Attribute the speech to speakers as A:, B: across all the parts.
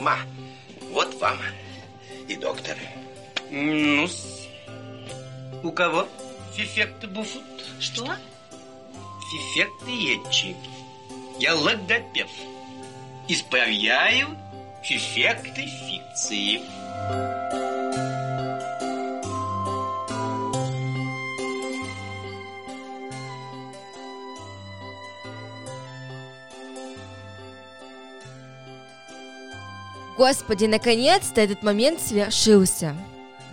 A: Ма, вот вам и доктор.
B: ну -с. У кого фефекты буфут?
C: Что?
B: Фефекты етчи. Я логопед. Исправляю фефекты фикции.
D: Господи, наконец-то этот момент свершился.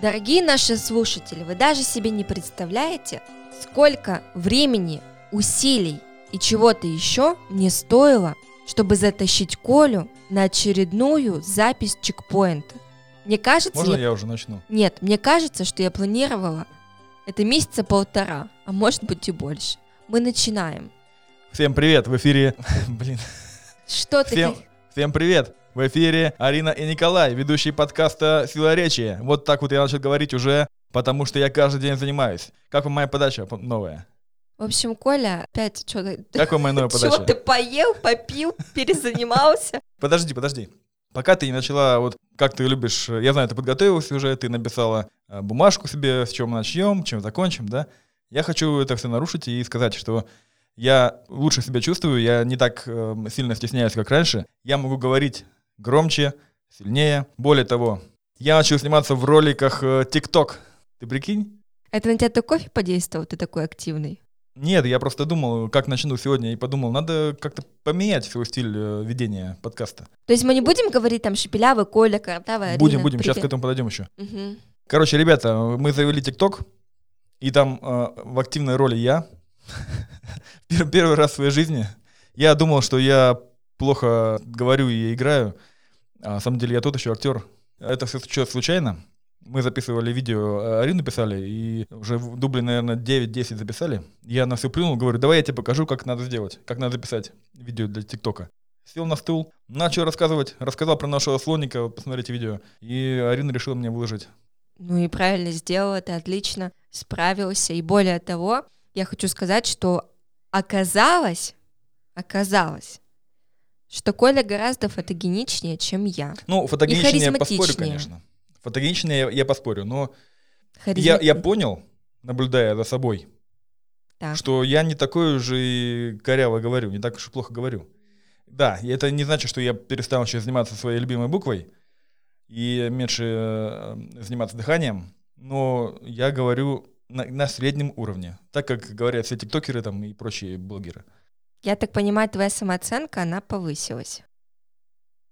D: Дорогие наши слушатели, вы даже себе не представляете, сколько времени, усилий и чего-то еще мне стоило, чтобы затащить Колю на очередную запись чекпоинта. Мне кажется,
E: Можно
D: я-
E: я уже начну?
D: нет, мне кажется, что я планировала это месяца полтора, а может быть и больше. Мы начинаем.
E: Всем привет, в эфире... Блин.
D: Что ты?
E: Всем, всем привет! В эфире Арина и Николай, ведущие подкаста «Сила речи». Вот так вот я начал говорить уже, потому что я каждый день занимаюсь. Как вам моя подача п- новая?
D: В общем, Коля опять что-то.
E: Как вам моя новая
D: Чего
E: подача?
D: ты поел, попил, перезанимался?
E: Подожди, подожди. Пока ты не начала, вот как ты любишь, э, я знаю, ты подготовилась уже, ты написала э, бумажку себе, с чем начнем, чем закончим, да? Я хочу это все нарушить и сказать, что я лучше себя чувствую, я не так э, сильно стесняюсь, как раньше. Я могу говорить громче, сильнее. Более того, я начал сниматься в роликах э, TikTok. Ты прикинь?
D: Это на тебя то кофе подействовал, ты такой активный.
E: Нет, я просто думал, как начну сегодня, и подумал, надо как-то поменять свой стиль э, ведения подкаста.
D: То есть мы не будем говорить там шепелявый, Коля, Каратава,
E: будем, будем, сейчас к этому подойдем еще. Короче, ребята, мы завели ТикТок, и там э, в активной роли я. Пер- Первый раз в своей жизни. Я думал, что я плохо говорю и играю. А на самом деле я тот еще актер. Это все случайно. Мы записывали видео, э, Арину писали, и уже в дубле, наверное, 9-10 записали. Я на все плюнул, говорю, давай я тебе покажу, как надо сделать, как надо записать видео для ТикТока. Сел на стул, начал рассказывать, рассказал про нашего слоника, посмотрите видео. И Арина решила мне выложить.
D: Ну и правильно сделала, ты отлично справился. И более того, я хочу сказать, что оказалось, оказалось, что Коля гораздо фотогеничнее, чем я.
E: Ну, фотогеничнее я поспорю,
D: харизматичнее.
E: конечно. Фотогеничнее я, я поспорю, но я,
D: Харизма-
E: я понял, наблюдая за собой,
D: Так.
E: что я не такой уже и коряво говорю, не так уж и плохо говорю. Да, и это не значит, что я перестал сейчас заниматься своей любимой буквой и меньше э, заниматься дыханием, но я говорю на, на среднем уровне, так как говорят все тиктокеры там и прочие блогеры.
D: Я так понимаю, твоя самооценка, она повысилась.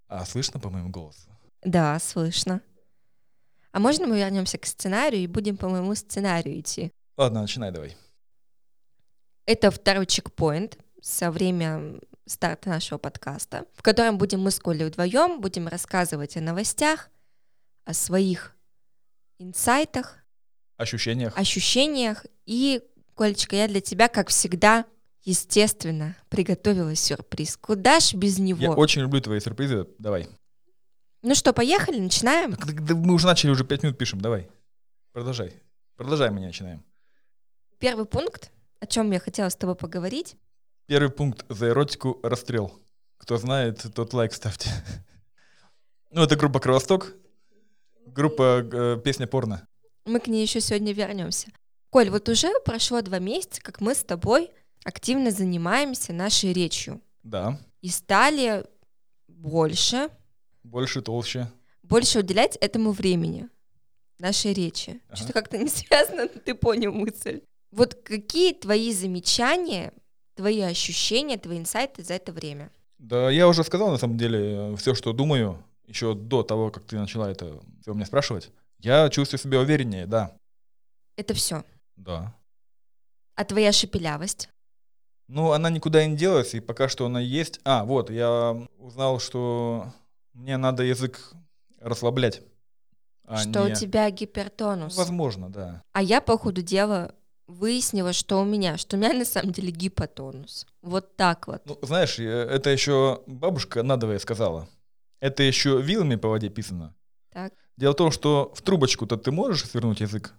E: А слышно по моему голосу?
D: Да, слышно. А можно мы вернемся к сценарию и будем по моему сценарию идти?
E: Ладно, начинай давай.
D: Это второй чекпоинт со время старта нашего подкаста, в котором будем мы с Колей вдвоем, будем рассказывать о новостях, о своих инсайтах,
E: Ощущениях.
D: А ощущениях. И, Колечка, я для тебя, как всегда, естественно, приготовила сюрприз. Куда ж без
E: Я
D: него?
E: очень люблю твои сюрпризы, давай.
D: Ну что, поехали, начинаем?
E: Так, так, да А мы уже начали, уже пять минут пишем, давай. Продолжай. Продолжай, мы не начинаем.
D: Первый пункт, о чем я хотела с тобой поговорить.
E: Первый пункт за эротику расстрел. Кто знает, тот лайк ставьте. Ну, это группа Кровосток. Группа э, песня порно.
D: Мы к ней еще сегодня вернемся. Коль, вот уже прошло два месяца, как мы с тобой активно занимаемся нашей речью
E: Да.
D: и стали больше,
E: Больше, толще.
D: больше уделять этому времени, нашей речи.
E: Ага.
D: Что-то как-то не связано, но ты понял мысль. Вот какие твои замечания, твои ощущения, твои инсайты за это время?
E: Да, я уже сказал, на самом деле, все, что думаю, еще до того, как ты начала это все меня спрашивать. Я чувствую себя увереннее, да.
D: Это все.
E: Да.
D: А твоя шепелявость?
E: Ну, она никуда не делась, и пока что она есть. А, вот, я узнал, что мне надо язык расслаблять. а
D: что
E: не- Ну,
D: у тебя гипертонус?
E: Возможно, да.
D: А я по ходу дела выяснила, что у меня, что у меня на самом деле гипотонус. Вот так вот.
E: Ну, знаешь, э, это еще бабушка надовая сказала. Это еще вилами по воде писано.
D: Так.
E: Дело в том, что в трубочку-то ты можешь свернуть язык,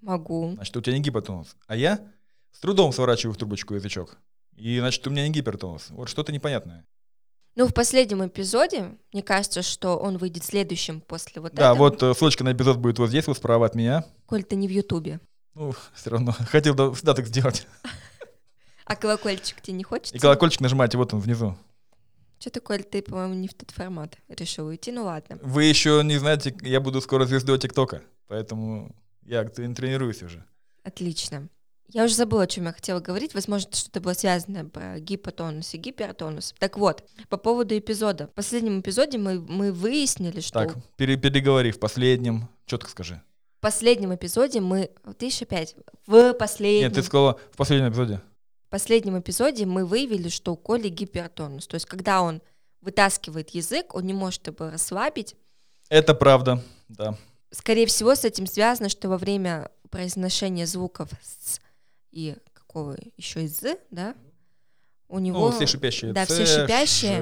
D: Могу.
E: значит, у тебя не гипотонус. А я с трудом сворачиваю в трубочку язычок. И, значит, у меня не гипертонус. Вот что-то непонятное.
D: Ну, в последнем эпизоде, мне кажется, что он выйдет следующим после вот
E: Да,
D: этого.
E: вот э, ссылочка на эпизод будет вот здесь, вот справа от меня.
D: Коль ты не в Ютубе.
E: Ну, все равно. Хотел да- всегда так сделать.
D: А колокольчик тебе не хочется?
E: И колокольчик нажимайте, вот он внизу.
D: Что такое, ты, по-моему, не в тот формат решил уйти? Ну ладно.
E: Вы еще не знаете, я буду скоро звездой ТикТока, поэтому я трени- тренируюсь уже.
D: Отлично. Я уже забыла, о чем я хотела говорить. Возможно, что-то было связано про гипотонус и гипертонус. Так вот, по поводу эпизода. В последнем эпизоде мы, мы выяснили, что
E: Так, пере- переговори в последнем. Четко скажи.
D: в последнем эпизоде мы... Ты еще пять. В последнем.
E: Нет, ты сказала в последнем эпизоде.
D: В последнем эпизоде мы выявили, что у Коли гипертонус. То есть, когда он вытаскивает язык, он не может его расслабить.
E: Это правда, да.
D: Скорее всего, с этим связано, что во время произношения звуков «с» и какого еще и «з», да, у него...
E: Ну, все шипящие.
D: да,
E: «Ц»,
D: все шипящие,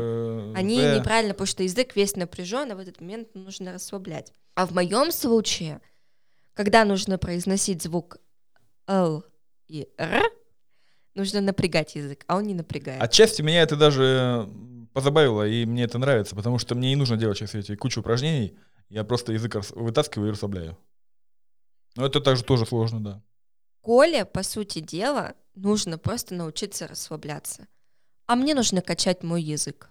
E: «Ш»,
D: Они
E: «З».
D: неправильно, потому что язык весь напряжен, а в этот момент нужно расслаблять. А в моем случае, когда нужно произносить звук Л и Р, нужно напрягать язык, а он не напрягает.
E: Отчасти меня это даже м, позабавило, и мне это нравится, потому что мне не нужно делать сейчас эти кучу упражнений. Я просто язык рас- вытаскиваю и расслабляю. Но это также тоже сложно, да.
D: Коле, по сути дела, нужно просто научиться расслабляться. А мне нужно качать мой язык.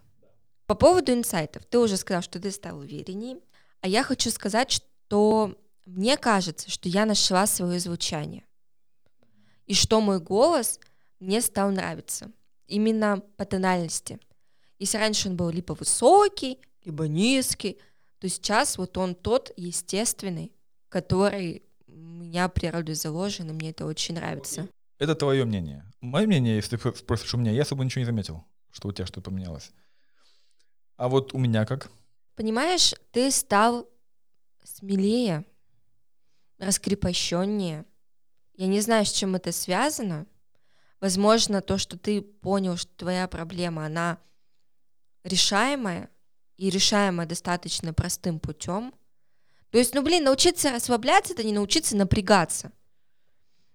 D: По поводу инсайтов, ты уже сказал, что ты стал уверенней, а я хочу сказать, что мне кажется, что я нашла свое звучание, и что мой голос мне стал нравиться, именно по тональности. Если раньше он был либо высокий, либо низкий, то сейчас вот он тот естественный, который у меня природой заложен, и мне это очень нравится.
E: Это твое мнение. Мое мнение, если ты спросишь у меня, я особо ничего не заметил, что у тебя что-то поменялось. А вот у меня как?
D: Понимаешь, ты стал смелее, раскрепощеннее. Я не знаю, с чем это связано. Возможно, то, что ты понял, что твоя проблема, она решаемая, и решаемая достаточно простым путем. То есть, ну блин, научиться расслабляться, это не научиться напрягаться.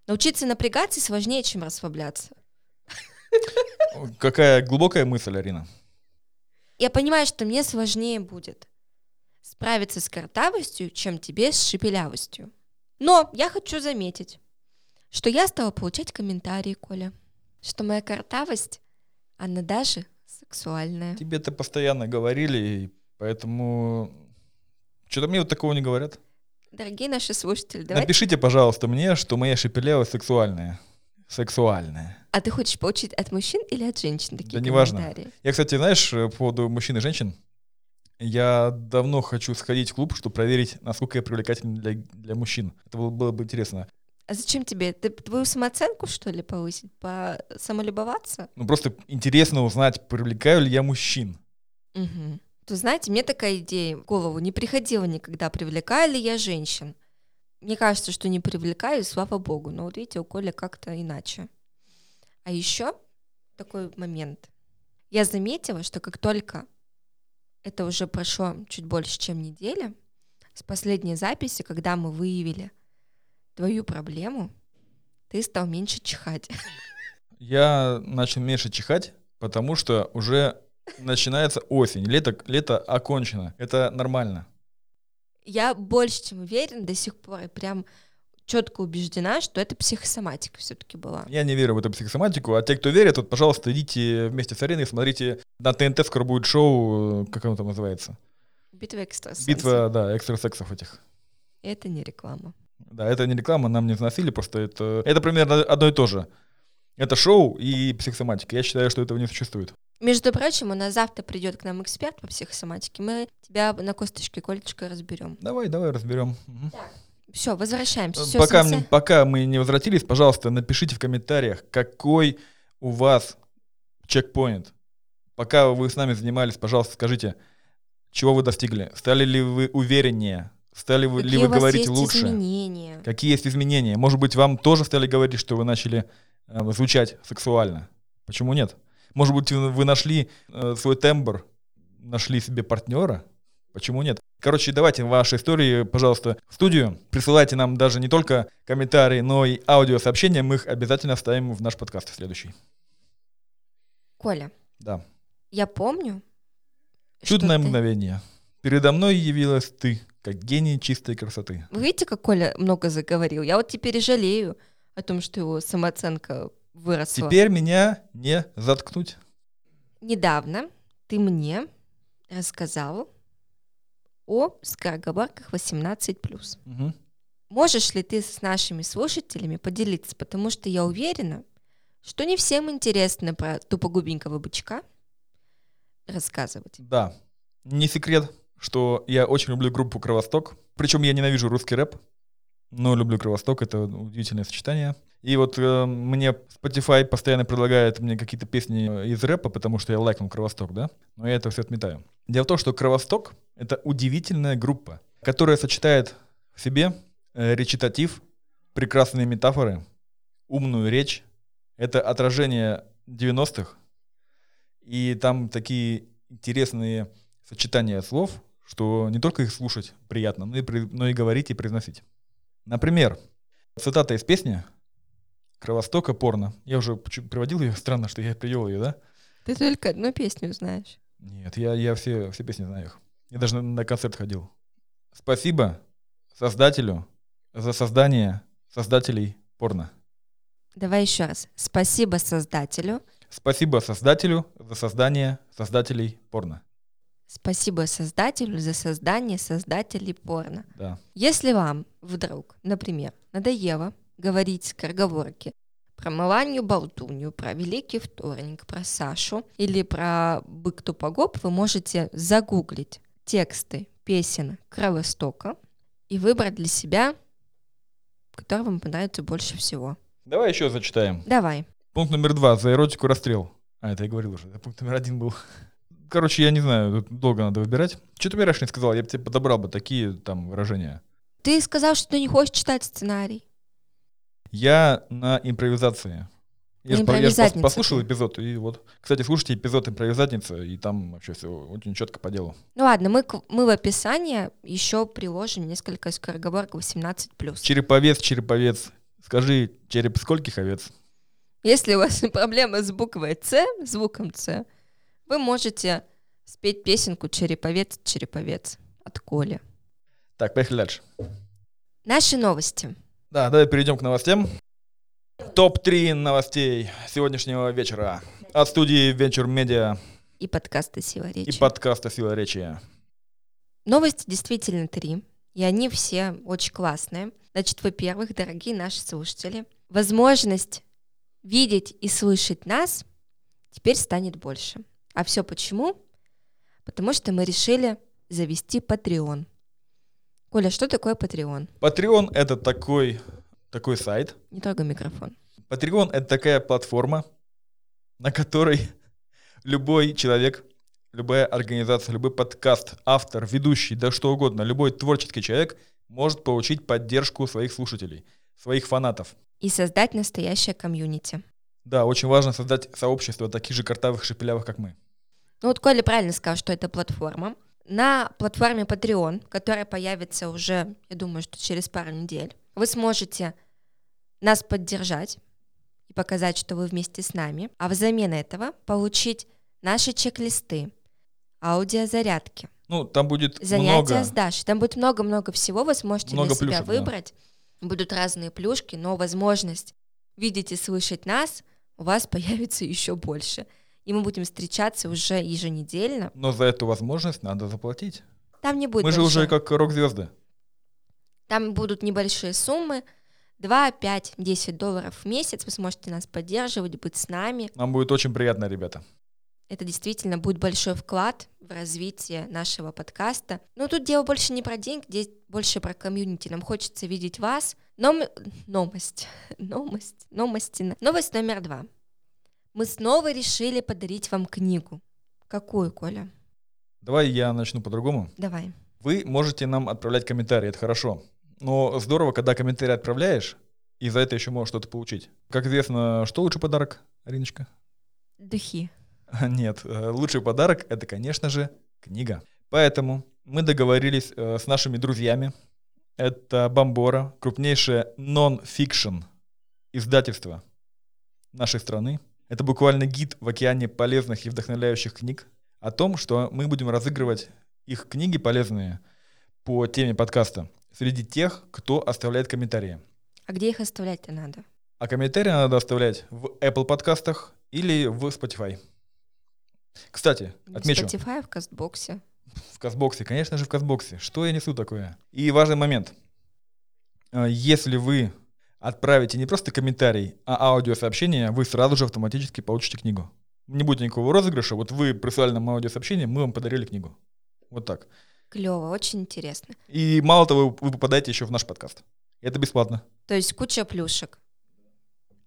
D: Научиться напрягаться сложнее, чем расслабляться.
E: Какая глубокая мысль, Арина.
D: Я понимаю, что мне сложнее будет справиться с картавостью, чем тебе с шепелявостью. Но я хочу заметить, что я стала получать комментарии, Коля, что моя картавость, она даже сексуальная.
E: Тебе это постоянно говорили, и поэтому... Что-то мне вот такого не говорят.
D: Дорогие наши слушатели, давай.
E: Напишите, пожалуйста, мне, что моя шепелявость сексуальная. Сексуальная.
D: А ты хочешь получить от мужчин или от женщин такие
E: Да неважно.
D: комментарии?
E: Я, кстати, знаешь, э, по поводу мужчин и женщин, я давно хочу сходить в клуб, чтобы проверить, насколько я привлекателен для, для мужчин. Это было, было бы интересно.
D: А зачем тебе? Ты твою самооценку, что ли, повысить? По самолюбоваться?
E: Ну, просто интересно узнать, привлекаю ли я мужчин.
D: Угу. То знаете, мне такая идея в голову не приходила никогда, привлекаю ли я женщин. Мне кажется, что не привлекаю, и слава богу. Но вот видите, у Коля как-то иначе. А еще такой момент. Я заметила, что как только это уже прошло чуть больше, чем неделя, с последней записи, когда мы выявили твою проблему, ты стал меньше чихать.
E: Я начал меньше чихать, потому что уже начинается осень. Лето, лето окончено. Это нормально.
D: Я больше чем уверена до сих пор, и прям четко убеждена, что это психосоматика все-таки была.
E: Я не верю в эту психосоматику, а те, кто верит, вот, пожалуйста, идите вместе с Ариной, смотрите. На ТНТ скоро будет шоу, э, как оно там называется?
D: Битва экстрасенсов.
E: Битва, да, экстрасексов этих.
D: Это не реклама.
E: Да, это не реклама, нам не заносили, просто это, это примерно одно и то же. Это шоу и психосоматика. Я считаю, что этого не существует.
D: Между прочим, у нас завтра придет к нам эксперт по психосоматике. Мы тебя на косточке колечко разберем.
E: Давай, давай разберем.
D: Все, возвращаемся. Всё,
E: пока,
D: Сансе.
E: м- пока мы не возвратились, пожалуйста, напишите в комментариях, какой у вас чекпоинт. Пока вы с нами занимались, пожалуйста, скажите, чего вы достигли? Стали ли вы увереннее? Стали вы, ли
D: Какие
E: вы
D: у вас
E: говорить
D: есть
E: лучше?
D: изменения?
E: Какие есть изменения? Может быть, вам тоже стали говорить, что вы начали э, звучать сексуально? Почему нет? Может быть, вы вы нашли э, свой тембр, нашли себе партнера? Почему нет? Короче, давайте ваши истории, пожалуйста, в студию. Присылайте нам даже не только комментарии, но и аудиосообщения. Мы их обязательно вставим в наш подкаст следующий.
D: Коля,
E: Да.
D: я помню, что
E: Чудное
D: ты-
E: мгновение. Передо мной явилась ты, как гений чистой красоты.
D: Вы видите, как Коля много заговорил? Я вот теперь и жалею о том, что его самооценка выросла.
E: Теперь меня не заткнуть.
D: Недавно ты мне рассказал о скороговорках 18+.
E: Мгм.
D: Можешь ли ты с нашими слушателями поделиться? Потому что я уверена, что не всем интересно про тупогубенького бычка рассказывать.
E: Да. Не секрет, что я очень люблю группу Кровосток. Причем я ненавижу русский рэп, но люблю Кровосток, это удивительное сочетание. И вот э, мне Spotify постоянно предлагает мне какие-то песни э, из рэпа, потому что я лайкнул Кровосток, да? Но я это все отметаю. Дело в том, что Кровосток — это удивительная группа, которая сочетает в себе э, речитатив, прекрасные метафоры, умную речь. Это отражение 90-х, и там такие интересные сочетания слов, что не только их слушать приятно, но и, при- но и говорить и произносить. Например, цитата из песни «Кровостока порно». Я уже почу- приводил ее, странно, что я привел ее, да?
D: Ты только одну песню знаешь.
E: Нет, я, я все, все песни знаю их. Я даже на, на концерт ходил. Спасибо создателю за создание создателей порно.
D: Давай еще раз. Спасибо создателю.
E: Спасибо создателю за создание создателей порно.
D: Спасибо создателю за создание создателей порно.
E: Да.
D: Если вам вдруг, например, надоело говорить скороговорки про Маланью Болтунью, про Великий Вторник, про Сашу или про Бык Тупогоп, вы можете загуглить тексты песен Кровостока и выбрать для себя, который вам понравится больше всего.
E: Давай еще зачитаем.
D: Давай.
E: Пункт номер два. За эротику расстрел. А, это я говорил уже. да, Пункт номер один был. Короче, я не знаю, тут долго надо выбирать. Что ты мне раньше не сказал? Я бы тебе подобрал бы такие там выражения.
D: Ты сказал, что ты не хочешь читать сценарий.
E: Я на импровизации. Я
D: На
E: ж по- я ж пос-
D: импровизатнице
E: послушал
D: ты.
E: эпизод, и вот. Кстати, слушайте эпизод импровизатница, и там вообще все очень четко по делу.
D: Ну ладно, мы, к- мы в описании еще приложим несколько скороговорок 18+.
E: Череповец, череповец. Скажи, череп скольких овец?
D: Если у вас проблемы с буквой С, звуком С, вы можете спеть песенку «Череповец, череповец» от Коли.
E: Так, поехали дальше.
D: Наши новости.
E: Да, давай перейдем к новостям. Топ-3 новостей сегодняшнего вечера от студии Venture Media.
D: И подкасты «Сила речи».
E: и подкаста «Сила речи».
D: Новости действительно три, и они все очень классные. Значит, во-первых, дорогие наши слушатели, возможность видеть и слышать нас теперь станет больше. А все почему? Потому что мы решили завести Patreon. Коля, что такое Patreon?
E: Patreon — это такой, такой сайт.
D: Не трогай микрофон.
E: Patreon — это такая платформа, на которой любой человек, любая организация, любой подкаст, автор, ведущий, да что угодно, любой творческий человек может получить поддержку своих слушателей, своих фанатов.
D: И создать настоящее комьюнити.
E: Да, очень важно создать сообщество таких же картавых шепелявых, как мы.
D: Ну вот Коля правильно сказал, что это платформа. На платформе Patreon, которая появится уже, я думаю, что через пару недель, вы сможете нас поддержать и показать, что вы вместе с нами, а взамен этого получить наши чек-листы, аудиозарядки,
E: Ну, там будет
D: занятия
E: много...
D: с Дашей. Там будет много-много всего, вы сможете
E: Много
D: для себя
E: плюшек, да.
D: выбрать. Будут разные плюшки, но возможность видеть и слышать нас у вас появится еще больше. И мы будем встречаться уже еженедельно.
E: Но за эту возможность надо заплатить.
D: Там не будет
E: мы же
D: большой-
E: уже как рок-звезды.
D: Там будут небольшие суммы. 2, 5, 10 долларов в месяц. Вы сможете нас поддерживать, быть с нами.
E: Нам будет очень приятно, ребята.
D: Это действительно будет большой вклад в развитие нашего подкаста. Но тут дело больше не про деньги, здесь больше про комьюнити. Нам хочется видеть вас. Ном... Номость. Номость. Номости. на- Новость номер два. Мы снова решили подарить вам книгу. Какую, Коля?
E: Давай я начну по-другому.
D: Давай.
E: Вы можете нам отправлять комментарии, это хорошо. Но здорово, когда комментарии отправляешь, и за это еще можешь что-то получить. Как известно, что лучший подарок, Ариночка?
D: Духи.
E: Нет, э, лучший подарок это, конечно же, книга. Поэтому мы договорились э, с нашими друзьями. Это Бомбора, крупнейшее нон-фикшн издательство нашей страны. Это буквально гид в океане полезных и вдохновляющих книг. о том, что мы будем разыгрывать их книги полезные по теме подкаста среди тех, кто оставляет комментарии.
D: А где их оставлять-то надо?
E: А комментарии надо оставлять в Apple подкастах или в Spotify. Кстати, отмечу,
D: В Spotify, в Кастбоксе.
E: в Казбоксе, конечно же, в Казбоксе. Что я несу такое? И важный момент. Э, Если вы отправите не просто комментарий, а аудиосообщение, вы сразу же автоматически получите книгу. Не будет никакого розыгрыша. Вот вы прислали нам аудиосообщение, мы вам подарили книгу. Вот так.
D: Клево, очень интересно.
E: И мало того, вы попадаете еще в наш подкаст. Это бесплатно.
D: То есть куча плюшек.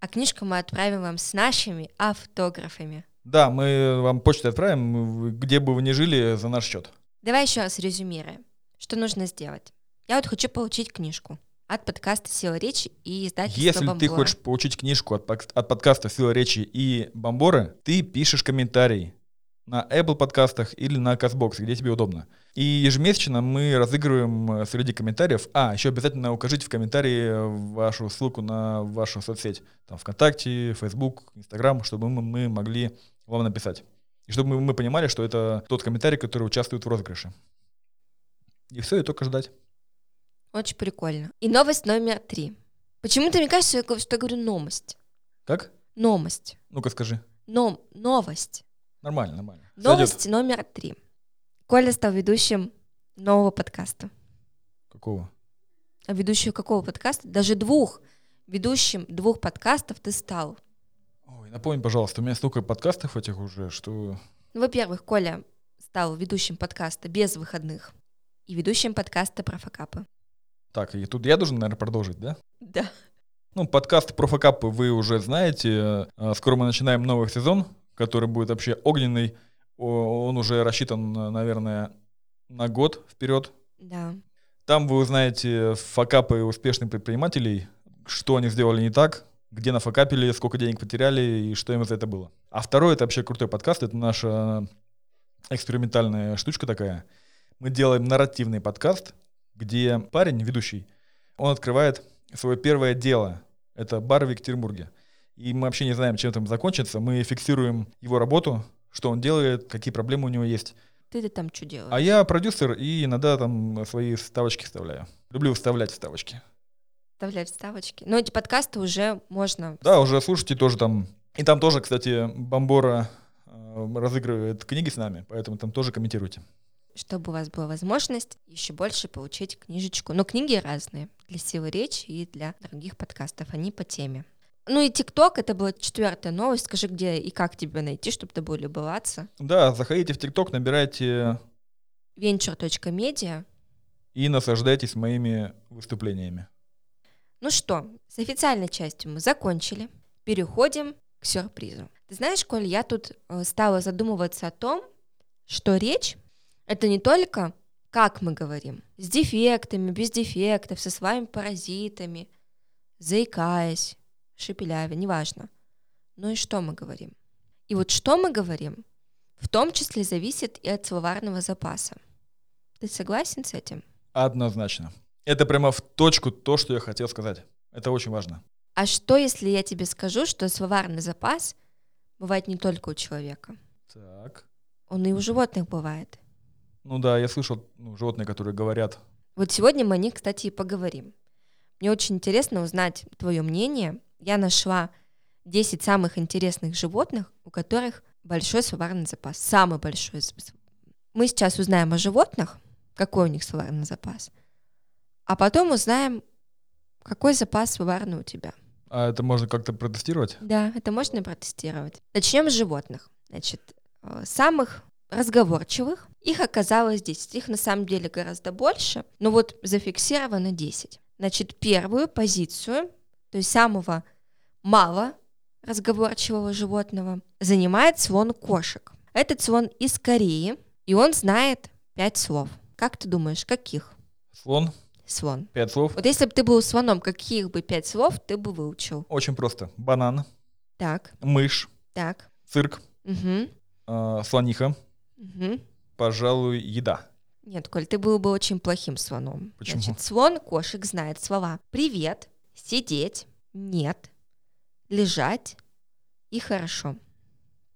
D: А книжку мы отправим вам с нашими автографами.
E: Да, мы вам почту отправим, вы- где бы вы ни жили, за наш счет.
D: Давай еще раз резюмируем, что нужно сделать. Я вот хочу получить книжку от подкаста «Сила речи» и издательства
E: Если ты
D: «Бомбора».
E: хочешь получить книжку от, пак- от подкаста «Сила речи» и «Бомборы», ты пишешь комментарий на Apple подкастах или на Castbox, где тебе удобно. И ежемесячно мы разыгрываем э, среди комментариев. А, еще обязательно укажите в комментарии э, вашу ссылку на вашу соцсеть. Там ВКонтакте, Facebook, Instagram, чтобы мы, мы могли вам написать. И чтобы мы, мы понимали, что это тот комментарий, который участвует в розыгрыше. И все, и только ждать.
D: Очень прикольно. И новость номер три. Почему-то мне кажется, я говорю- что я говорю «номость».
E: Как?
D: Номость.
E: Ну-ка скажи.
D: Ном... Новость.
E: Нормально, нормально. Сойдет.
D: Новость номер три. Коля стал ведущим нового подкаста.
E: Какого?
D: А ведущим какого подкаста? Даже двух. Ведущим двух подкастов ты стал.
E: Ой, напомни, пожалуйста, у меня столько подкастов этих уже, что...
D: Ну, во-первых, Коля стал ведущим подкаста «Без выходных» и ведущим подкаста про факапы.
E: Так, и тут я должен, наверное, продолжить, да?
D: Да.
E: Ну, подкаст про факапы вы уже знаете. Э, Скоро мы начинаем новый сезон, который будет вообще огненный. О, Он уже рассчитан, э, наверное, на год вперед.
D: Да.
E: Там вы узнаете факапы успешных предпринимателей, что они сделали не так, где нафакапили, сколько денег потеряли и что им за это было. А второй это вообще крутой подкаст, это наша экспериментальная штучка такая. Мы делаем нарративный подкаст, где парень, ведущий, он открывает свое первое дело. Это бар в Екатеринбурге. И мы вообще не знаем, чем там закончится. Мы фиксируем его работу, что он делает, какие проблемы у него есть.
D: Ты-то там что делаешь?
E: А я продюсер и иногда там свои вставочки вставляю. Люблю вставлять вставочки.
D: Вставляй вставочки. Но эти подкасты уже можно...
E: Да, уже слушайте тоже там. И там тоже, кстати, Бомбора э, разыгрывает книги с нами, поэтому там тоже комментируйте.
D: чтобы у вас была возможность еще больше получить книжечку. Но книги разные для силы речи и для других подкастов, они по теме. Ну и ТикТок, это была четвертая новость. Скажи, где и как тебя найти, чтобы тобой любоваться.
E: Да, заходите в ТикТок, набирайте
D: Venture.media.
E: и наслаждайтесь моими выступлениями.
D: Ну что, с официальной частью мы закончили. Переходим к сюрпризу. Ты знаешь, Коль, я тут э, стала задумываться о том, что речь — это не только как мы говорим, с дефектами, без дефектов, со своими паразитами, заикаясь, шепелявя, неважно. Но и что мы говорим. И вот что мы говорим, в том числе зависит и от словарного запаса. Ты согласен с этим?
E: Однозначно. Это прямо в точку то, что я хотел сказать. Это очень важно.
D: А что, если я тебе скажу, что словарный запас бывает не только у человека?
E: Так.
D: Он и у животных бывает.
E: Ну да, я слышал ну, животные, которые говорят.
D: Вот сегодня мы о них, кстати, и поговорим. Мне очень интересно узнать твое мнение. Я нашла 10 самых интересных животных, у которых большой словарный запас. Самый большой. з- з- Мы сейчас узнаем о животных, какой у них словарный запас, а потом узнаем, какой запас словарный у тебя.
E: А это можно как-то протестировать?
D: Да, это можно протестировать. Начнем с животных. Значит, э, самых разговорчивых. Их оказалось 10. Их на самом деле гораздо больше, но вот зафиксировано 10. Значит, первую позицию, то есть самого мало разговорчивого животного, занимает слон кошек. Этот слон из Кореи, и он знает пять слов. Как ты думаешь, каких
E: Слон,
D: слон?
E: пять слов.
D: Вот если бы ты был слоном, каких бы пять слов ты бы выучил?
E: Очень просто. Банан,
D: Так,
E: мышь,
D: так.
E: цирк,
D: Угу.
E: А, слониха,
D: Мгм.
E: пожалуй, еда.
D: Нет, Коль, ты был бы очень плохим слоном.
E: Почему?
D: Значит, слон кошек знает слова «привет», «сидеть», «нет», «лежать» и «хорошо».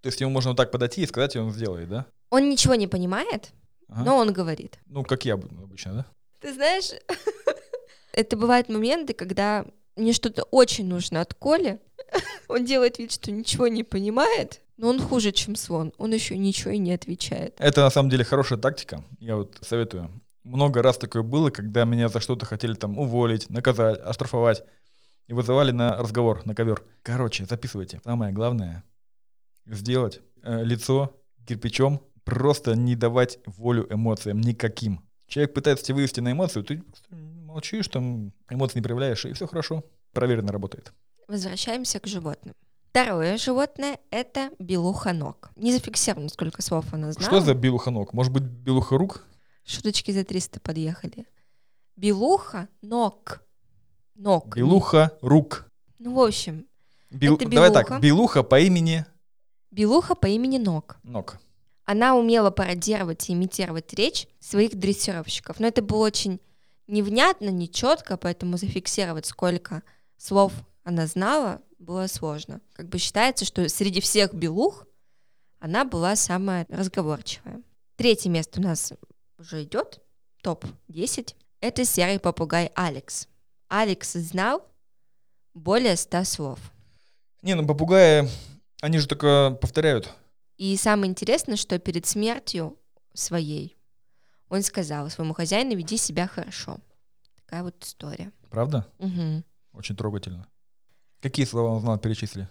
E: То есть ему можно вот так подойти и сказать, и он сделает, да?
D: Он ничего не понимает,
E: Ага.
D: но он говорит.
E: Ну, как я обычно, да?
D: Ты знаешь, это бывают моменты, когда мне что-то очень нужно от Коли. Он делает вид, что ничего не понимает, но он хуже, чем слон. Он еще ничего и не отвечает.
E: Это на самом деле хорошая тактика. Я вот советую. Много раз такое было, когда меня за что-то хотели там уволить, наказать, оштрафовать. И вызывали на разговор, на ковер. Короче, записывайте. Самое главное сделать э, лицо кирпичом, просто не давать волю эмоциям никаким. Человек пытается тебя вывести на эмоцию, ты просто молчишь, там эмоции не проявляешь, и все хорошо. Проверено работает.
D: Возвращаемся к животным. Второе животное — это белуха ног. Не зафиксировано, сколько слов она знала.
E: Что за белуха ног? Может быть, белуха рук?
D: Шуточки за 300 подъехали. Белуха ног. Ног.
E: Белуха рук.
D: Ну, в общем,
E: Бел-
D: Это
E: Давай
D: белуха.
E: так, белуха по имени
D: белуха по имени Ног.
E: ног.
D: Она умела пародировать и имитировать речь своих дрессировщиков. Но это было очень невнятно, нечетко, поэтому зафиксировать, сколько слов она знала, было сложно. Как бы считается, что среди всех белух она была самая разговорчивая. Третье место у нас уже идет, топ-10. Это серый попугай Алекс. Алекс знал более 100 слов.
E: Не, ну попугаи, они же только повторяют.
D: И самое интересное, что перед смертью своей он сказал своему хозяину, веди себя хорошо. Такая вот история.
E: Правда?
D: Мгм.
E: Очень трогательно. Какие слова он знал, перечисли?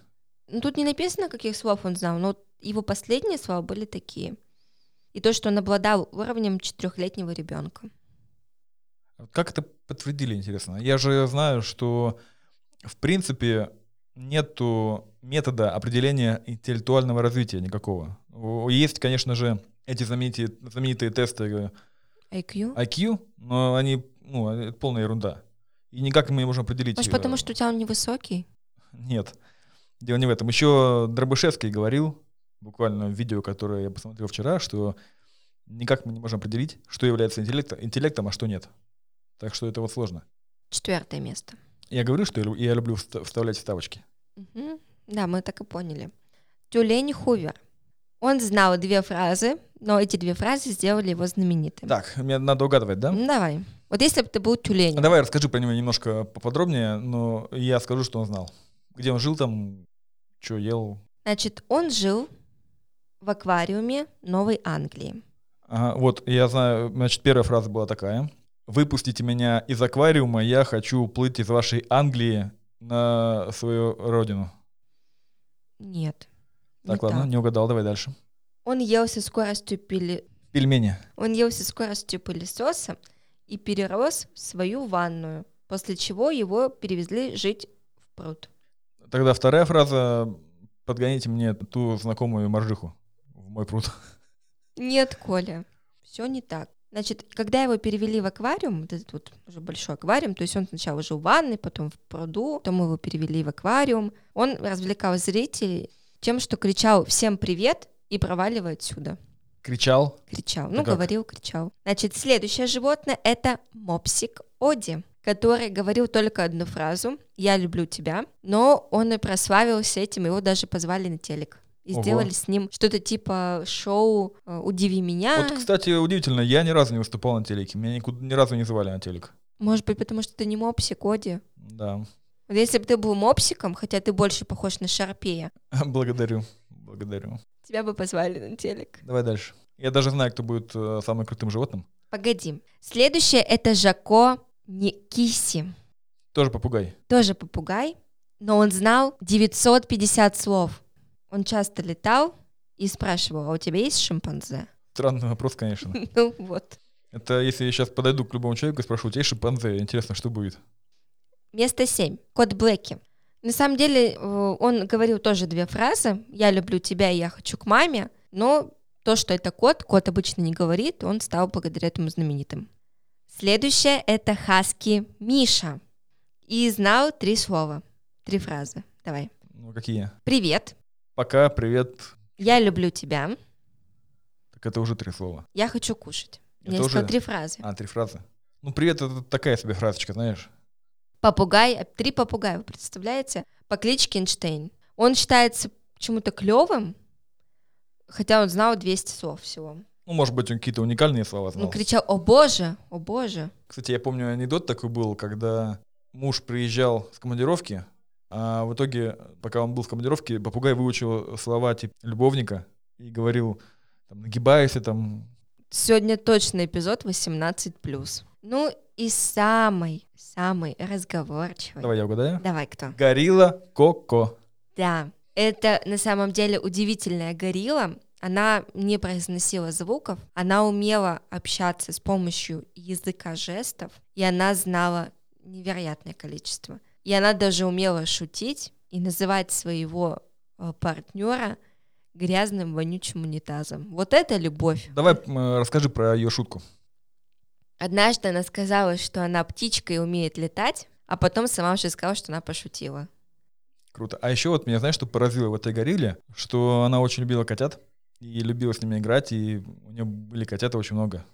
D: Ну, тут не написано, каких слов он знал, но вот его последние слова были такие. И то, что он обладал уровнем четырехлетнего ребенка.
E: Вот Как это подтвердили, интересно? Я же знаю, что в принципе нету метода определения интеллектуального развития никакого. О, Есть, конечно же, эти знаменитые, знаменитые тесты
D: IQ?
E: IQ, но они, ну, это полная ерунда. И никак мы не можем определить.
D: Может,
E: э,
D: потому что у тебя он невысокий?
E: Нет. Дело не в этом. Еще Дробышевский говорил, буквально в видео, которое я посмотрел вчера, что никак мы не можем определить, что является интеллекта- интеллектом, а что нет. Так что это вот сложно.
D: Четвертое место.
E: Я говорю, что я лю- я люблю вста- вставлять вставочки.
D: Мгм. Да, мы так и поняли. Тюлень Хувер. Он знал две фразы, но эти две фразы сделали его знаменитым.
E: Так, мне надо угадывать, да?
D: Ну, давай. Вот если бы ты был тюленем.
E: А Давай расскажи про него немножко поподробнее, но я скажу, что он знал. Где он жил там, что ел.
D: Значит, он жил в аквариуме Новой Англии.
E: Ага, вот, я знаю, значит, первая фраза была такая. «Выпустите меня из аквариума, я хочу уплыть из вашей Англии на свою родину».
D: Нет. не
E: Так, ладно,
D: так.
E: не угадал, давай дальше.
D: Он ел со скоростью пили...
E: Пельмени.
D: Он ел со скоростью пылесоса и перерос в свою ванную, после чего его перевезли жить в пруд.
E: Тогда вторая фраза. Подгоните мне ту знакомую моржиху в мой пруд.
D: Нет, Коля, все не так. Значит, когда его перевели в аквариум, вот этот вот уже большой аквариум, то есть он сначала жил в ванной, потом в пруду, потом его перевели в аквариум, он развлекал зрителей тем, что кричал «Всем привет!» и «Проваливай отсюда!»
E: Кричал.
D: Кричал.
E: Да
D: Ну,
E: как?
D: говорил, кричал. Значит, следующее животное — это мопсик Оди, который говорил только одну фразу «Я люблю тебя», но он и прославился этим, его даже позвали на телек. И
E: Ого.
D: сделали с ним что-то типа шоу э, «Удиви меня».
E: Вот, кстати, удивительно, я ни разу не выступал на телеке. Меня никуда, ни разу не звали на телек.
D: Может быть, потому что ты не мопсик, Оди.
E: Да.
D: Вот если бы ты был мопсиком, хотя ты больше похож на Шарпея,
E: Благодарю. Благодарю.
D: тебя бы позвали на телек.
E: Давай дальше. Я даже знаю, кто будет э, самым крутым животным.
D: Погоди. Следующее — это Жако Никиси.
E: Тоже попугай.
D: Тоже попугай, но он знал 950 слов. Он часто летал и спрашивал, а у тебя есть шимпанзе?
E: Странный вопрос, конечно.
D: Ну вот.
E: Это если я сейчас подойду к любому человеку и спрошу, у тебя есть шимпанзе? Интересно, что будет?
D: Место 7. Кот Блэки. На самом деле э, он говорил тоже две фразы «я люблю тебя» и «я хочу к маме», но то, что это кот, кот обычно не говорит, он стал благодаря этому знаменитым. Следующее — это хаски Миша. И знал три слова, три фразы. Давай.
E: Ну, какие?
D: «Привет»,
E: Пока, привет.
D: «я люблю тебя»,
E: Так это уже три слова.
D: «я хочу кушать».
E: Это
D: Я искала
E: уже-
D: три фразы.
E: А, три фразы. Ну, привет, это такая себе фразочка, знаешь.
D: Попугай, э, три попугая, вы представляете? По кличке Эйнштейн. Он считается почему-то клевым, хотя он знал 200 слов всего.
E: Ну, может быть, он какие-то уникальные слова
D: Он
E: знал.
D: кричал «О боже! О боже!»
E: Кстати, я помню анекдот такой был, когда муж приезжал с командировки, а в итоге, пока он был в командировке, попугай выучил слова типа любовника и говорил, там, нагибайся, там,
D: Сегодня точно эпизод 18+. Ну и самый, самый разговорчивый.
E: давай я угадаю.
D: Давай кто?
E: Горилла Коко.
D: Да, это на самом деле удивительная горилла. Она не произносила звуков, она умела общаться с помощью языка жестов, и она знала невероятное количество. И она даже умела шутить и называть своего партнера грязным вонючим унитазом. Вот это любовь.
E: Давай м, расскажи про ее шутку.
D: Однажды она сказала, что она птичка и умеет летать, а потом сама уже сказала, что она пошутила.
E: Круто. А еще вот меня, знаешь, что поразило в этой горилле? Что она очень любила котят и любила с ними играть, и у нее были котята очень много.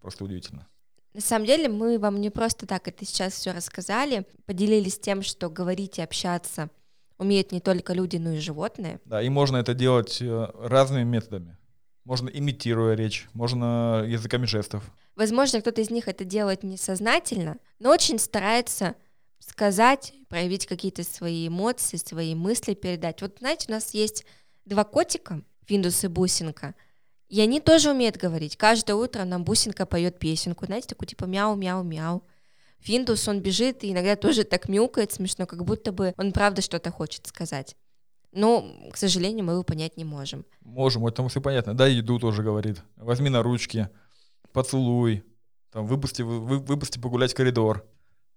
E: Просто удивительно.
D: На самом деле мы вам не просто так это сейчас все рассказали, поделились тем, что говорить и общаться умеют не только люди, но и животные.
E: Да, и можно это делать э, разными методами. Можно имитируя речь, можно языками жестов.
D: Возможно, кто-то из них это делает несознательно, но очень старается сказать, проявить какие-то свои эмоции, свои мысли передать. Вот знаете, у нас есть два котика, Виндус и Бусинка, и они тоже умеют говорить. Каждое утро нам Бусинка поет песенку, знаете, такую типа мяу-мяу-мяу. Виндус, он бежит и иногда тоже так мяукает смешно, как будто бы он правда что-то хочет сказать. Но, к сожалению, мы его понять не можем.
E: Можем, это все понятно. Да, еду тоже говорит. Возьми на ручки, поцелуй, там, выпусти, вы- вы- выпусти погулять в коридор.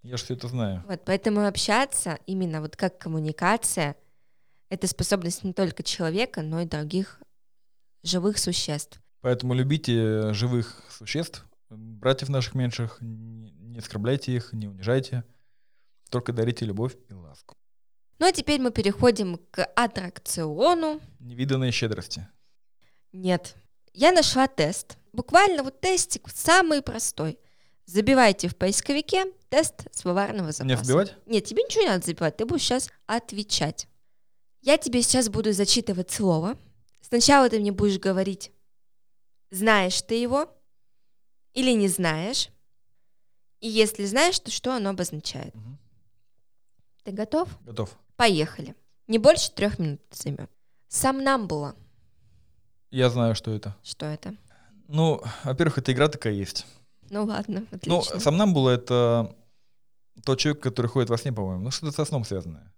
E: Я же все это знаю.
D: Вот, поэтому общаться именно вот как коммуникация — это способность не только человека, но и других живых существ.
E: Поэтому любите э, живых существ, м, братьев наших меньших, не, не оскорбляйте их, не унижайте, только дарите любовь и ласку.
D: Ну а теперь мы переходим к аттракциону.
E: Невиданные щедрости.
D: Нет. Я нашла тест. Буквально вот тестик самый простой. Забивайте в поисковике тест словарного запаса.
E: Мне сбивать?
D: Нет, тебе ничего не надо забивать, ты будешь сейчас отвечать. Я тебе сейчас буду зачитывать слово. Сначала ты мне будешь говорить, знаешь ты его или не знаешь. И если знаешь, то что оно обозначает.
E: Мгм.
D: Ты готов?
E: Готов.
D: Поехали. Не больше трех минут займет. Самнамбула.
E: Я знаю, что это.
D: Что это?
E: Ну, во-первых, эта игра такая есть.
D: Ну ладно,
E: Ну,
D: отлично.
E: сомнамбула — это тот человек, который ходит во сне, по-моему. Ну, что-то со сном связанное.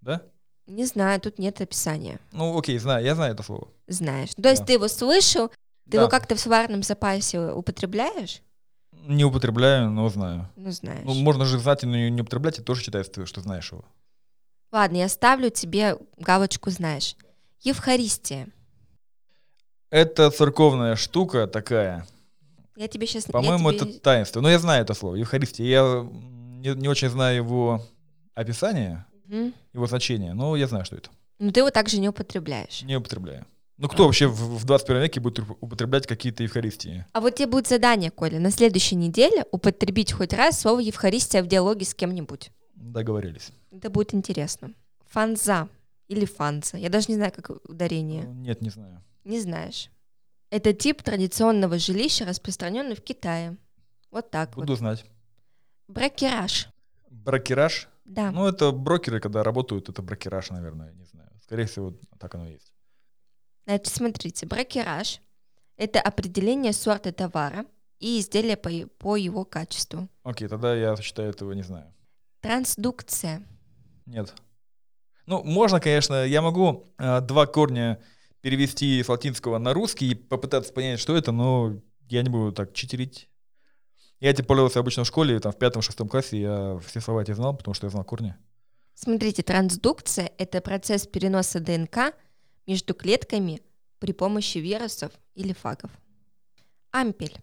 E: Да?
D: Не знаю, тут нет описания.
E: Ну, окей, знаю, я знаю это слово.
D: Знаешь. То есть
E: Да.
D: ты его слышал, ты
E: Да.
D: его как-то в сварном запасе употребляешь?
E: Не употребляю, но знаю.
D: Ну, знаешь.
E: Ну, можно же знать и не не употреблять, и тоже считается, что знаешь его.
D: Ладно, я ставлю тебе галочку «Знаешь». Евхаристия.
E: Это церковная штука такая.
D: Я тебе сейчас...
E: По-моему, это таинство. Но я знаю это слово, Евхаристия. Я м, не, не очень знаю его описание, его значение, но я знаю, что это.
D: Но Ну, ты его также не употребляешь.
E: Не употребляю. Ну,
D: А.
E: кто вообще в, в 21 веке будет употреблять какие-то Евхаристии?
D: А вот тебе будет задание, Коля, на следующей неделе употребить хоть раз слово «Евхаристия» в диалоге с кем-нибудь.
E: Договорились.
D: Это будет интересно. Фанза или фанза. Я даже не знаю, как ударение.
E: Нет, не знаю.
D: Не знаешь. Это тип традиционного жилища, распространенный в Китае. Вот так
E: Буду
D: вот.
E: знать.
D: Бракераж.
E: Брокераж.
D: Да.
E: Ну, это брокеры, когда работают, это брокераж, наверное, я не знаю. Скорее всего, так оно и есть.
D: Значит, смотрите, бракераж – это определение сорта товара и изделия по, е- по его качеству.
E: Окей, тогда я считаю этого не знаю.
D: Трансдукция.
E: Нет. Ну, можно, конечно, я могу э, два корня перевести с латинского на русский и попытаться понять, что это, но я не буду так читерить. Я этим пользовался обычно в школе, там в пятом-шестом классе я все слова эти знал, потому что я знал корни.
D: Смотрите, трансдукция – это процесс переноса ДНК между клетками при помощи вирусов или фагов. Ампель.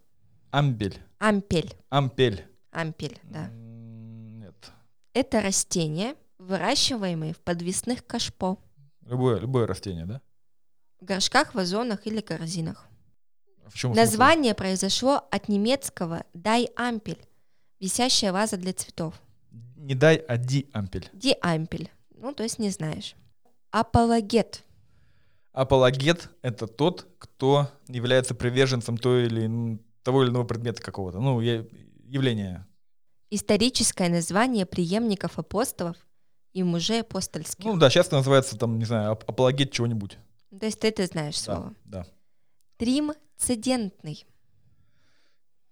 E: Амбель.
D: Ампель.
E: Ампель.
D: Ампель, да.
E: М, Нет.
D: Это растения, выращиваемые в подвесных кашпо,
E: Любое, любое растение, да?
D: в горшках, вазонах или корзинах.
E: В чем смысл?
D: Название произошло от немецкого «дай ампель» – висящая ваза для цветов.
E: Не дай, а ди ампель.
D: Диампель. Ну, то есть не знаешь. Апологет.
E: Апологет — это тот, кто является приверженцем той или ин- того или иного предмета какого-то, ну, я- явления.
D: Историческое название преемников апостолов и мужей апостольских.
E: Ну да, сейчас это называется, там, не знаю, ап- апологет чего-нибудь.
D: То есть ты это знаешь слово.
E: Да, да.
D: Тримцидентный.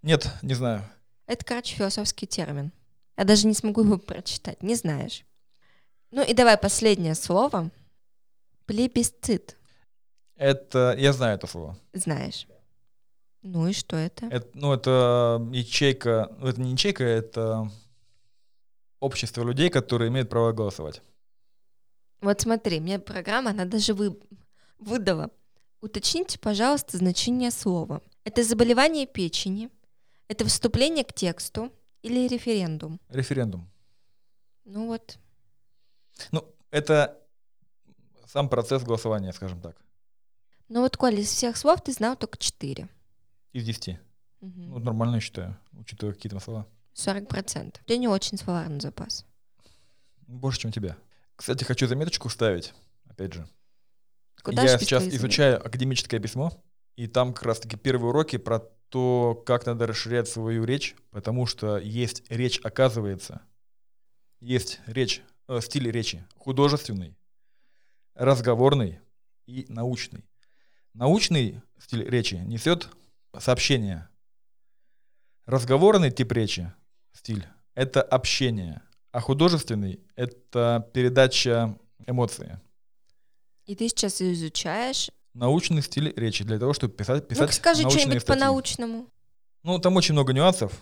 E: Нет, не знаю.
D: Это, короче, философский термин. Я даже не смогу его прочитать, не знаешь. Ну и давай последнее слово. Плебисцит.
E: Это, я знаю это слово.
D: Знаешь. Ну и что это?
E: Это, ну, это ячейка, ну, это не ячейка, это общество людей, которые имеют право голосовать.
D: Вот смотри, мне программа, она даже вы... выдала. Уточните, пожалуйста, значение слова. Это заболевание печени, это вступление к тексту или референдум.
E: Референдум.
D: Ну вот,
E: Ну, это сам процесс голосования, скажем так,
D: ну вот, Коля, из всех слов ты знал только четыре.
E: из 10.
D: Мгм.
E: Ну, нормально, я считаю, учитывая какие там слова.
D: 40%. У тебя не очень словарный запас.
E: Больше, чем у тебя. Кстати, хочу заметочку вставить, опять же.
D: Куда
E: я
D: ж без
E: сейчас
D: твоих заметок?
E: изучаю академическое письмо, и там как раз-таки первые уроки про то, как надо расширять свою речь, потому что есть речь, оказывается, есть речь, э, стиль речи художественный, разговорный и научный. Научный стиль речи несет сообщение. Разговорный тип речи, стиль, это общение, а художественный — это передача эмоции
D: И ты сейчас её изучаешь.
E: научный стиль речи для того, чтобы писать, писать
D: Ну-ка Ну, скажи
E: научные
D: что-нибудь
E: статьи.
D: по-научному.
E: Ну, там очень много нюансов.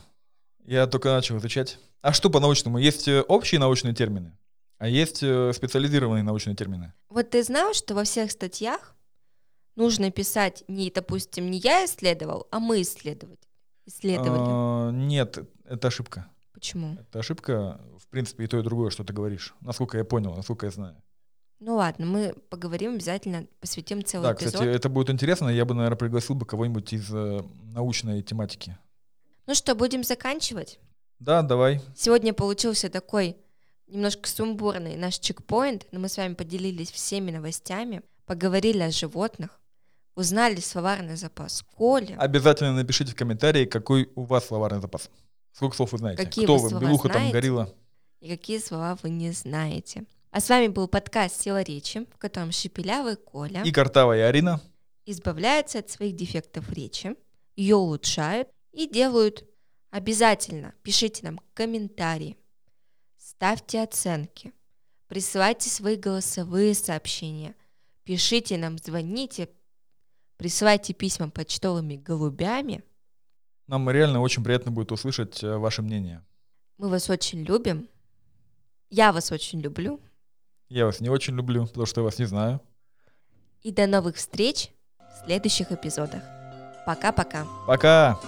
E: Я только начал изучать. А что по-научному? Есть э, общие научные термины, а есть э, специализированные научные термины.
D: Вот ты знал, что во всех статьях нужно писать не, допустим, не я исследовал, а мы исследовали. Исследовали.
E: А, Нет, это ошибка.
D: Почему?
E: Это ошибка, в принципе, и то, и другое, что ты говоришь. Насколько я понял, насколько я знаю.
D: Ну ладно, мы поговорим обязательно, посвятим целый
E: да,
D: эпизод.
E: кстати, это будет интересно. Я бы, наверное, пригласил бы кого-нибудь из э, научной тематики.
D: Ну что, будем заканчивать?
E: Да, давай.
D: Сегодня получился такой немножко сумбурный наш чекпоинт, но мы с вами поделились всеми новостями, поговорили о животных, узнали словарный запас Коля.
E: Обязательно напишите в комментарии, какой у вас словарный запас. Сколько слов вы знаете?
D: Какие
E: Кто
D: вы слова
E: Белуха там,
D: знаете?
E: горилла?
D: и какие слова вы не знаете. А с вами был подкаст «Сила речи», в котором Шепелявый Коля
E: И Картавая Арина.
D: избавляется от своих дефектов речи, ее улучшают и делают. Обязательно пишите нам комментарии, ставьте оценки, присылайте свои голосовые сообщения, пишите нам, звоните, присылайте письма почтовыми голубями.
E: Нам реально очень приятно будет услышать э, ваше мнение.
D: Мы вас очень любим. Я вас очень люблю.
E: Я вас не очень люблю, потому что я вас не знаю.
D: И до новых встреч в следующих эпизодах. Пока-пока.
E: Пока!